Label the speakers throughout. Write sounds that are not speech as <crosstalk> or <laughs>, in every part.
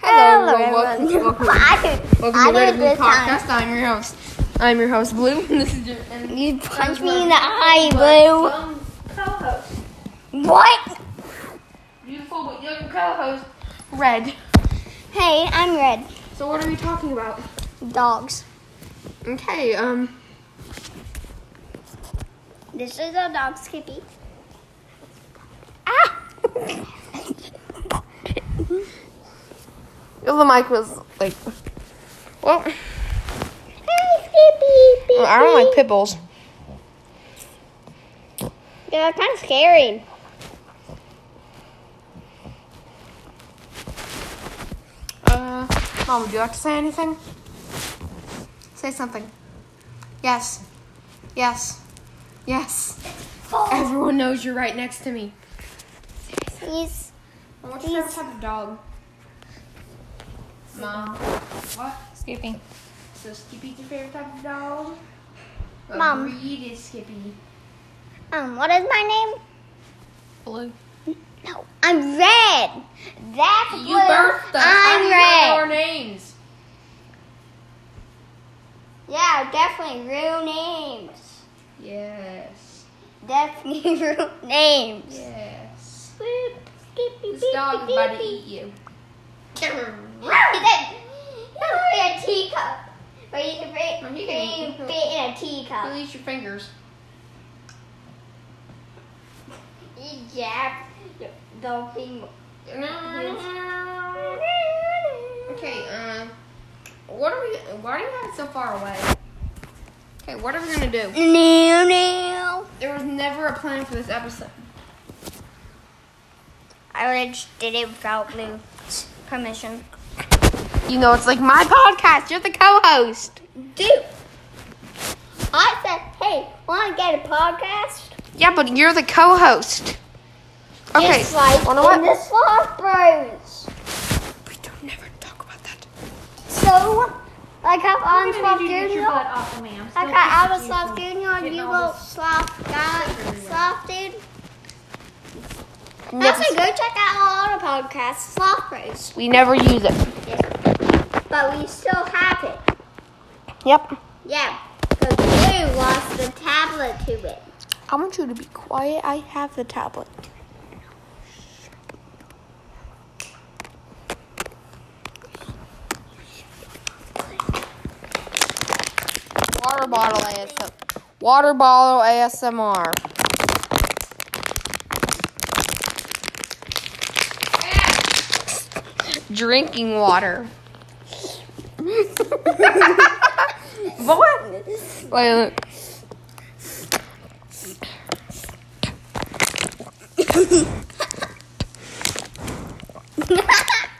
Speaker 1: Hello,
Speaker 2: welcome,
Speaker 1: everyone.
Speaker 2: <laughs> welcome,
Speaker 1: I,
Speaker 2: welcome to
Speaker 1: I
Speaker 2: Red
Speaker 1: did
Speaker 2: Blue
Speaker 1: this
Speaker 2: Podcast. I'm your host. I'm your host, Blue. <laughs> and this is your and
Speaker 1: You punched me in the eye, Blue.
Speaker 2: co-host,
Speaker 1: What?
Speaker 2: beautiful but young co-host, Red.
Speaker 1: Hey, I'm Red.
Speaker 2: So what are we talking about?
Speaker 1: Dogs.
Speaker 2: Okay, um,
Speaker 1: This is a dog, Skippy. Ah!
Speaker 2: the mic was like, well,
Speaker 1: Hey, Skippy. Beep,
Speaker 2: I don't like
Speaker 1: beep.
Speaker 2: pit bulls.
Speaker 1: Yeah, kind of scary.
Speaker 2: Uh, Mom, would you like to say anything? Say something. Yes. Yes. Yes. Everyone knows you're right next to me.
Speaker 1: He's
Speaker 2: What's
Speaker 1: your favorite
Speaker 2: type of dog? Mom. What?
Speaker 3: Skippy.
Speaker 2: So Skippy's your favorite type of dog? What
Speaker 1: Mom.
Speaker 2: breed is Skippy?
Speaker 1: um. What is my name?
Speaker 3: Blue.
Speaker 1: No, I'm Red. That's Blue.
Speaker 2: You birthed us. How
Speaker 1: I'm
Speaker 2: do you know
Speaker 1: Red.
Speaker 2: our names?
Speaker 1: Yeah, definitely real names.
Speaker 2: Yes.
Speaker 1: <laughs> Definitely real names.
Speaker 2: Yes.
Speaker 1: Boop, skippy,
Speaker 2: This dog is
Speaker 1: beepy,
Speaker 2: about to
Speaker 1: beepy.
Speaker 2: eat you.
Speaker 1: That- That's like a teacup. Or you can fit,
Speaker 2: Or you
Speaker 1: you can
Speaker 2: can eat.
Speaker 1: fit in a
Speaker 2: He'll
Speaker 1: teacup.
Speaker 2: eat your fingers.
Speaker 1: You jab your dolphin.
Speaker 2: Okay, um, what are we? Why are you having so far away? Okay, what are we gonna do?
Speaker 1: Now, now.
Speaker 2: There was never a plan for this episode.
Speaker 1: I just did it without Lou's permission.
Speaker 2: You know, it's like my podcast. You're the co-host.
Speaker 1: Dude, I said, hey, want to get a podcast?
Speaker 2: Yeah, but you're the co-host. Okay.
Speaker 1: Just like
Speaker 2: wanna
Speaker 1: on
Speaker 2: what?
Speaker 1: the Sloth Bros.
Speaker 2: We don't never talk about that.
Speaker 1: So, like I'm on Sloth Junior.
Speaker 3: off of me. I'm
Speaker 1: Like I was Sloth Junior, you go Sloth guy, Sloth dude. Also, go check out all the podcasts, Sloth Bros.
Speaker 2: We never use it.
Speaker 1: But we still have it.
Speaker 2: Yep.
Speaker 1: Yeah, because Blue lost the tablet to it. <laughs>
Speaker 2: I want you to be quiet. I have the tablet. Water bottle ASMR. Water bottle ASMR. Drinking <laughs> water. what? Wait, look.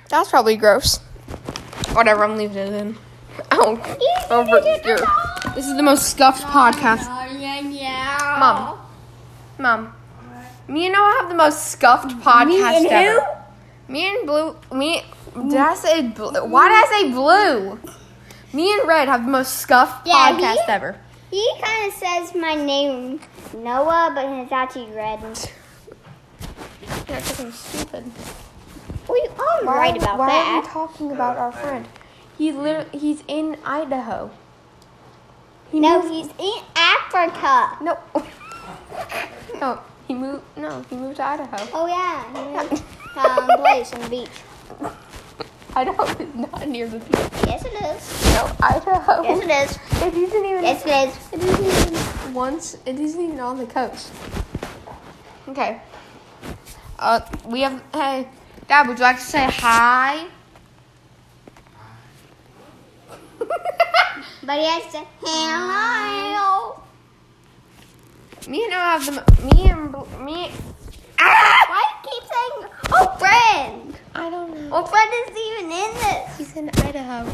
Speaker 2: That's probably gross. Whatever, I'm leaving it in. Oh, over here. This is the most scuffed podcast.
Speaker 1: Oh,
Speaker 2: Mom. Mom. Me and Noah have the most scuffed podcast
Speaker 1: and who?
Speaker 2: ever. Me and Blue. Me. Did I say blue? Why did I say blue? Me and Red have the most scuffed
Speaker 1: Yeah,
Speaker 2: podcast
Speaker 1: he-
Speaker 2: ever.
Speaker 1: He kind of says my name Noah, but it's actually Red.
Speaker 2: Yeah, because I'm stupid.
Speaker 1: We all right about
Speaker 2: why are we
Speaker 1: that.
Speaker 2: talking about our friend? He literally, he's in Idaho. He
Speaker 1: No,
Speaker 2: moved-
Speaker 1: he's in Africa. <laughs>
Speaker 2: No. <laughs> no, he moved. No, he moved to Idaho.
Speaker 1: Oh yeah, <laughs> he moved um, place and beach.
Speaker 2: Idaho is <laughs> not near the beach.
Speaker 1: Yes, it is.
Speaker 2: No, Idaho.
Speaker 1: Yes, it is.
Speaker 2: <laughs> It isn't even.
Speaker 1: Yes, it is.
Speaker 2: It isn't even once. It isn't even on the coast. Okay. Uh, we have. Hey, Dad, would you like to say <laughs> hi?
Speaker 1: But he has to hello.
Speaker 2: me and I have the. Me and Bl- me. Ah!
Speaker 1: Why do you keep saying oh friend?
Speaker 2: I don't know.
Speaker 1: What friend is even in this?
Speaker 2: He's in Idaho.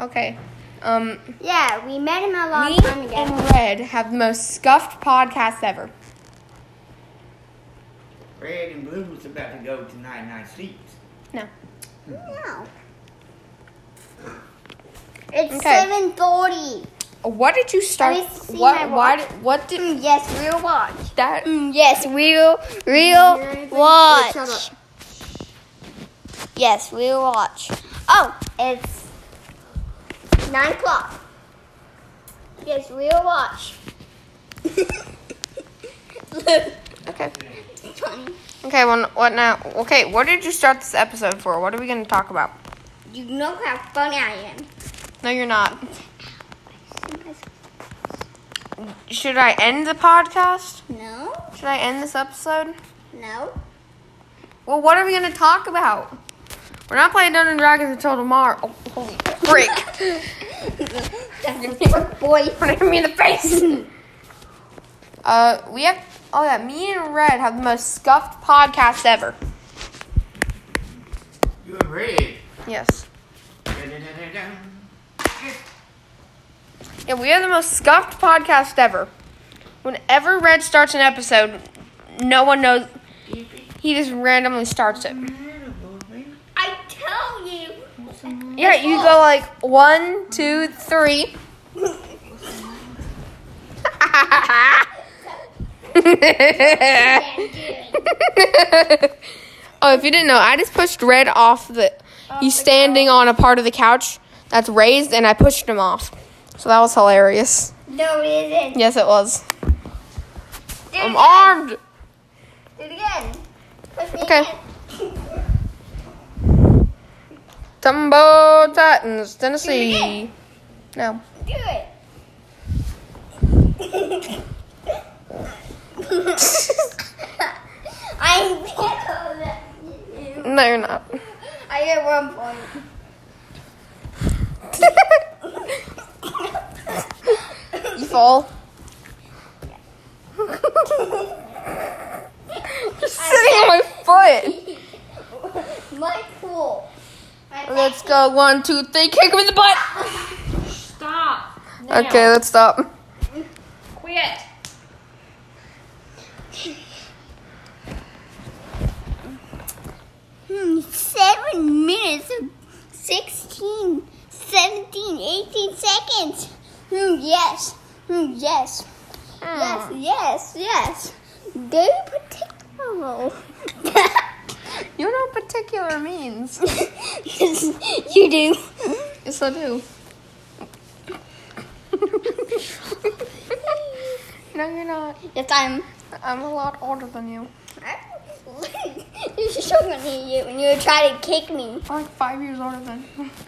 Speaker 2: Okay. Um,
Speaker 1: Yeah, we met him a long
Speaker 2: me
Speaker 1: time ago.
Speaker 2: and Red have the most scuffed podcast ever.
Speaker 4: Red and Blue was about to go to 99 seats.
Speaker 2: No.
Speaker 1: no. It's
Speaker 2: Okay.
Speaker 1: seven forty.
Speaker 2: What did you start?
Speaker 1: Let me see my watch.
Speaker 2: What? Why? Did, what did
Speaker 1: Mm, Yes, real watch.
Speaker 2: that?
Speaker 1: Yes, real, real
Speaker 2: Hear anything? Wait, shut
Speaker 1: watch. Yes, real watch. Oh, it's nine o'clock. Yes, real watch.
Speaker 2: Okay.
Speaker 1: Funny.
Speaker 2: Okay, well, what now? Okay, what did you start this episode for? What are we going to talk about?
Speaker 1: You know how funny I am.
Speaker 2: No, you're not. Should I end the podcast?
Speaker 1: No,
Speaker 2: Should I end this episode?
Speaker 1: no.
Speaker 2: Well, what are we going to talk about? We're not playing Dungeons and Dragons until tomorrow. Oh, holy frick.
Speaker 1: That's a poor boy.
Speaker 2: Hit me in the face. uh, we have. Oh yeah, me and Red have the most scuffed podcast ever.
Speaker 4: You're red.
Speaker 2: Yes.
Speaker 4: Da-da-da-da-dum.
Speaker 2: Yeah, we have the most scuffed podcast ever. Whenever Red starts an episode, no one knows. He just randomly starts it.
Speaker 1: I tell you.
Speaker 2: Yeah, you go like one, two, three. <laughs> oh, if you didn't know, I just pushed Red off the. He's standing on a part of the couch that's raised, and I pushed him off. So that was hilarious.
Speaker 1: No, it isn't.
Speaker 2: Yes, it was.
Speaker 1: Do it
Speaker 2: I'm
Speaker 1: again.
Speaker 2: armed.
Speaker 1: Do it again. Push me
Speaker 2: Okay.
Speaker 1: again.
Speaker 2: Tumbo Titans,
Speaker 1: Here
Speaker 2: <laughs> Tennessee. No.
Speaker 1: Do it. <laughs> I <laughs> get
Speaker 2: No, you're not.
Speaker 1: I get one point. <laughs>
Speaker 2: you fall. you're <laughs> sitting on my foot.
Speaker 1: My pool. My
Speaker 2: Let's go. One, two, three. Kick him in the butt.
Speaker 3: Stop.
Speaker 2: Okay, let's stop.
Speaker 3: Quit.
Speaker 1: Hmm, seven minutes, 16, 17, 18 seconds. Hmm, yes, hmm, yes, yes, yes, yes. Very particular.
Speaker 2: You know what particular means.
Speaker 1: <laughs> you do.
Speaker 2: Yes, I do. <laughs> no, you're not.
Speaker 1: Yes, I'm.
Speaker 2: I'm a lot older than you.
Speaker 1: You're so gonna hit you when you try to kick me.
Speaker 2: I'm like five years older than you. <laughs>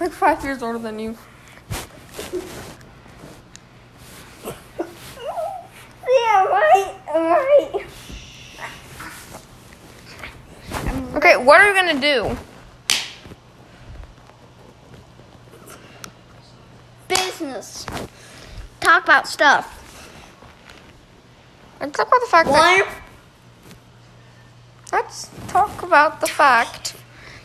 Speaker 2: like five years older than you.
Speaker 1: Yeah, right, right.
Speaker 2: Okay, what are we gonna do?
Speaker 1: Business. Talk about stuff.
Speaker 2: Let's talk about the fact that.
Speaker 1: One
Speaker 2: Let's talk about the fact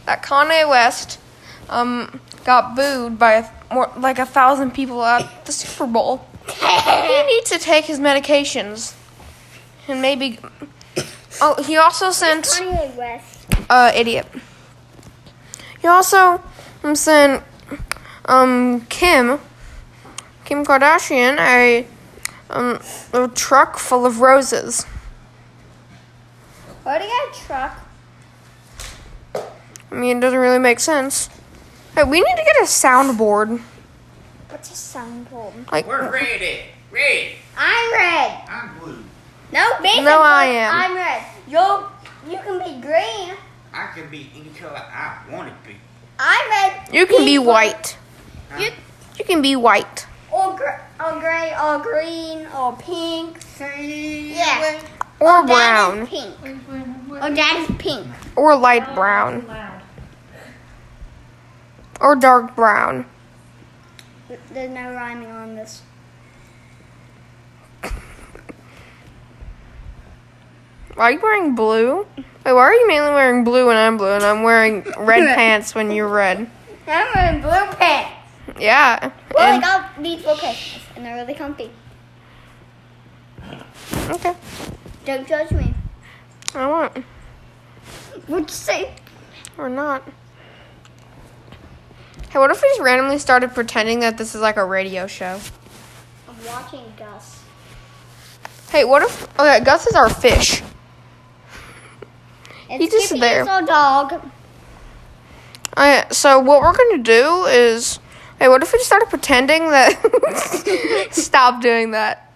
Speaker 2: that Kanye West um, got booed by more, like a thousand people at the Super Bowl. he needs to take his medications and maybe. Oh, he also sent
Speaker 1: Kanye West.
Speaker 2: uh, idiot. He also um, sent um, Kim, Kim Kardashian, a um, a truck full of roses.
Speaker 1: Why do you got a truck?
Speaker 2: I mean, it doesn't really make sense. Hey, we need to get a soundboard.
Speaker 1: What's a soundboard?
Speaker 2: Like,
Speaker 4: We're ready. Red.
Speaker 1: I'm red.
Speaker 4: I'm blue.
Speaker 1: No, basically,
Speaker 2: No, I am.
Speaker 1: I'm red. You, you can be green.
Speaker 4: I can be any color I want to be.
Speaker 1: I'm red.
Speaker 2: you can be
Speaker 1: People-
Speaker 2: white.
Speaker 1: You,
Speaker 2: You can be white.
Speaker 1: or, gr- or gray, or green, or pink. Yeah.
Speaker 2: Or
Speaker 1: Dad is
Speaker 2: brown.
Speaker 1: pink. Or dad is pink.
Speaker 2: Or light brown.
Speaker 3: Loud.
Speaker 2: Or dark brown.
Speaker 1: There's no rhyming on this.
Speaker 2: Why are you wearing blue? Wait, why are you mainly wearing blue when I'm blue and I'm wearing
Speaker 1: <laughs>
Speaker 2: red pants when you're red?
Speaker 1: I'm wearing blue pants.
Speaker 2: Yeah.
Speaker 1: Well, I
Speaker 2: and-
Speaker 1: got these for Christmas, and they're really comfy.
Speaker 2: okay.
Speaker 1: Don't judge me.
Speaker 2: I won't.
Speaker 1: What'd you say?
Speaker 2: Or not. Hey, what if we just randomly started pretending that this is like a radio show?
Speaker 1: I'm watching Gus.
Speaker 2: Hey, what if. Okay, Gus is our fish.
Speaker 1: It's
Speaker 2: He's just
Speaker 1: Skippy
Speaker 2: there.
Speaker 1: His little dog.
Speaker 2: I, so what we're gonna do is, hey, what if we just started pretending that? <laughs> Stop doing that.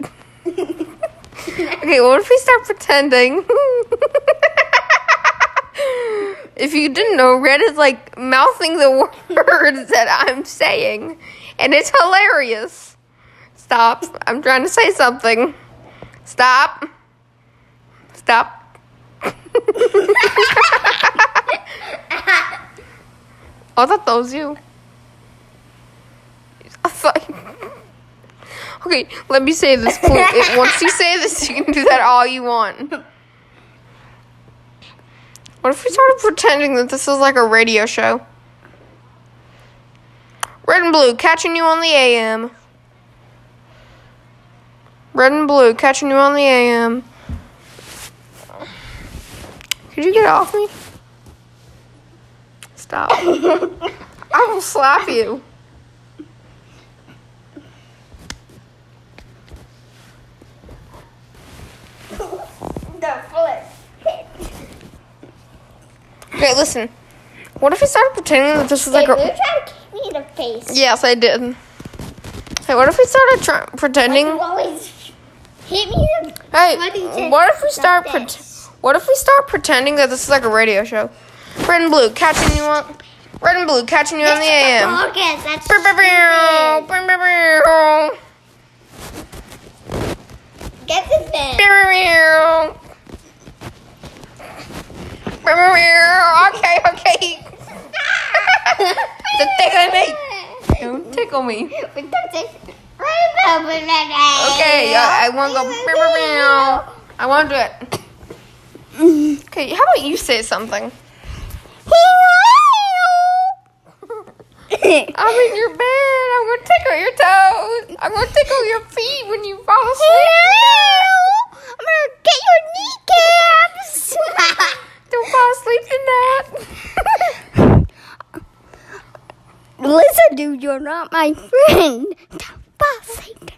Speaker 2: okay, what if we start pretending? <laughs> if you didn't know, Red is like mouthing the <laughs> words that I'm saying, and it's hilarious. Stop! I'm trying to say something. Stop. Stop. I thought Oh, that was you. <laughs> I thought. Okay, let me say this. Please. It- Once you say this, you can do that all you want. What if we started pretending that this is like a radio show? Red and blue, catching you on the AM. Red and blue, catching you on the AM. Could you get off me? Stop. I will slap you.
Speaker 1: The flip.
Speaker 2: Okay, listen. What if we started pretending that this was like
Speaker 1: Hey, Blue
Speaker 2: a.
Speaker 1: tried to kick me in the face.
Speaker 2: Yes, I did. Hey, what if we started try- pretending.
Speaker 1: You always hit me in the
Speaker 2: Hey,
Speaker 1: bloody
Speaker 2: what
Speaker 1: chest
Speaker 2: if we
Speaker 1: like
Speaker 2: start pret-
Speaker 1: this.
Speaker 2: what if we start pretending that this is like a radio show? Red and blue catching you on Red and blue catching you on the AM.
Speaker 1: Podcast, that's
Speaker 2: Brr, brr, brr,
Speaker 1: stupid.
Speaker 2: brr, brr, brr,
Speaker 1: Get the bed.
Speaker 2: brr, brr. Brr, brr, brr. Okay, okay. <laughs> The thing I <laughs> make. Don't tickle me.
Speaker 1: But that's it. Remember that I-
Speaker 2: Okay, I, I want to go. brr, brr, brr. I want to <laughs> do it. Okay, how about you say something? <laughs> I'm in your bed. I'm gonna tickle your toes. I'm gonna tickle your feet when you fall asleep. I'm gonna get your kneecaps. <laughs> Don't fall asleep <laughs> tonight.
Speaker 1: <laughs> Listen, dude, you're not my friend. Don't fall asleep.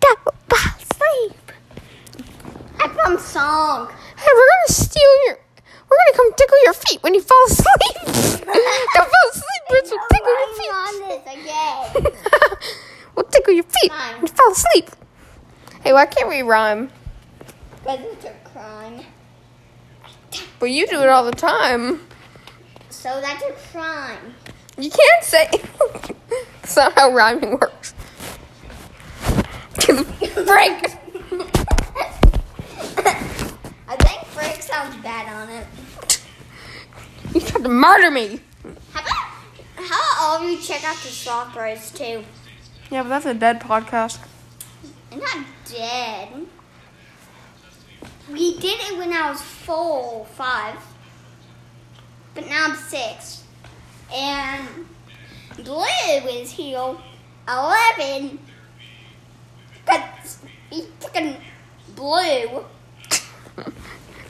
Speaker 1: Don't fall asleep. I found song.
Speaker 2: hey, we're gonna steal your. We're gonna come tickle your feet when you fall asleep. <laughs> Don't fall asleep, bitch. We'll tickle your
Speaker 1: I'm
Speaker 2: feet.
Speaker 1: on this <laughs> again.
Speaker 2: <laughs> we'll tickle your feet
Speaker 1: Fine.
Speaker 2: when you fall asleep. Hey, why can't we rhyme?
Speaker 1: But it's a crime.
Speaker 2: But you do it all the time.
Speaker 1: So that's a crime.
Speaker 2: You can't say. <laughs> That's not how rhyming works.
Speaker 1: <coughs>
Speaker 2: Break.
Speaker 1: I think Frank sounds bad on it.
Speaker 2: You tried to murder me.
Speaker 1: How about how about all of you check out the song price too?
Speaker 2: Yeah, but that's a dead podcast.
Speaker 1: I'm not dead. We did it when I was four, five. But now I'm six. And Blue is here, 11. But he's fucking blue.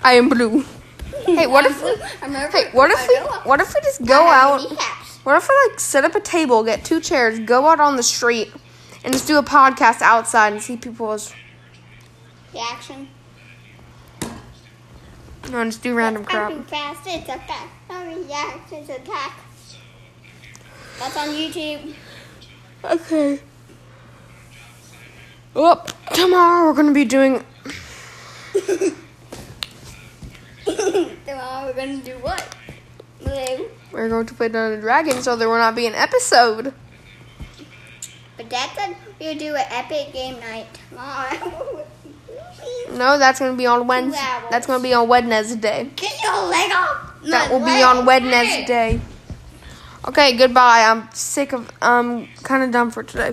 Speaker 2: I am blue. Hey, what if?
Speaker 1: <laughs> I'm
Speaker 2: Hey, what if we? What if we just go out? What if we like set up a table, get two chairs, go out on the street, and just do a podcast outside and see people's
Speaker 1: The action.
Speaker 2: no, and just do random crap.
Speaker 1: Acting fast, it's a fact. Oh, No reactions attack. That's on YouTube. <coughs>
Speaker 2: Okay. Well, tomorrow we're gonna be doing
Speaker 1: Tomorrow we're gonna do what? Blue.
Speaker 2: We're going to play Dungeons and Dragons, so there will not be an episode.
Speaker 1: But Dad said you do an epic game night tomorrow. <laughs>
Speaker 2: No, that's going to be on Wednesday.
Speaker 1: hours.
Speaker 2: That's going to be on Wednesday.
Speaker 1: Get your leg off. my
Speaker 2: That will be
Speaker 1: leg.
Speaker 2: on Wednesday. Okay, goodbye. I'm sick of. I'm kind of done for today.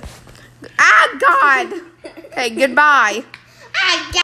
Speaker 2: Ah, God. Okay, goodbye.
Speaker 1: I got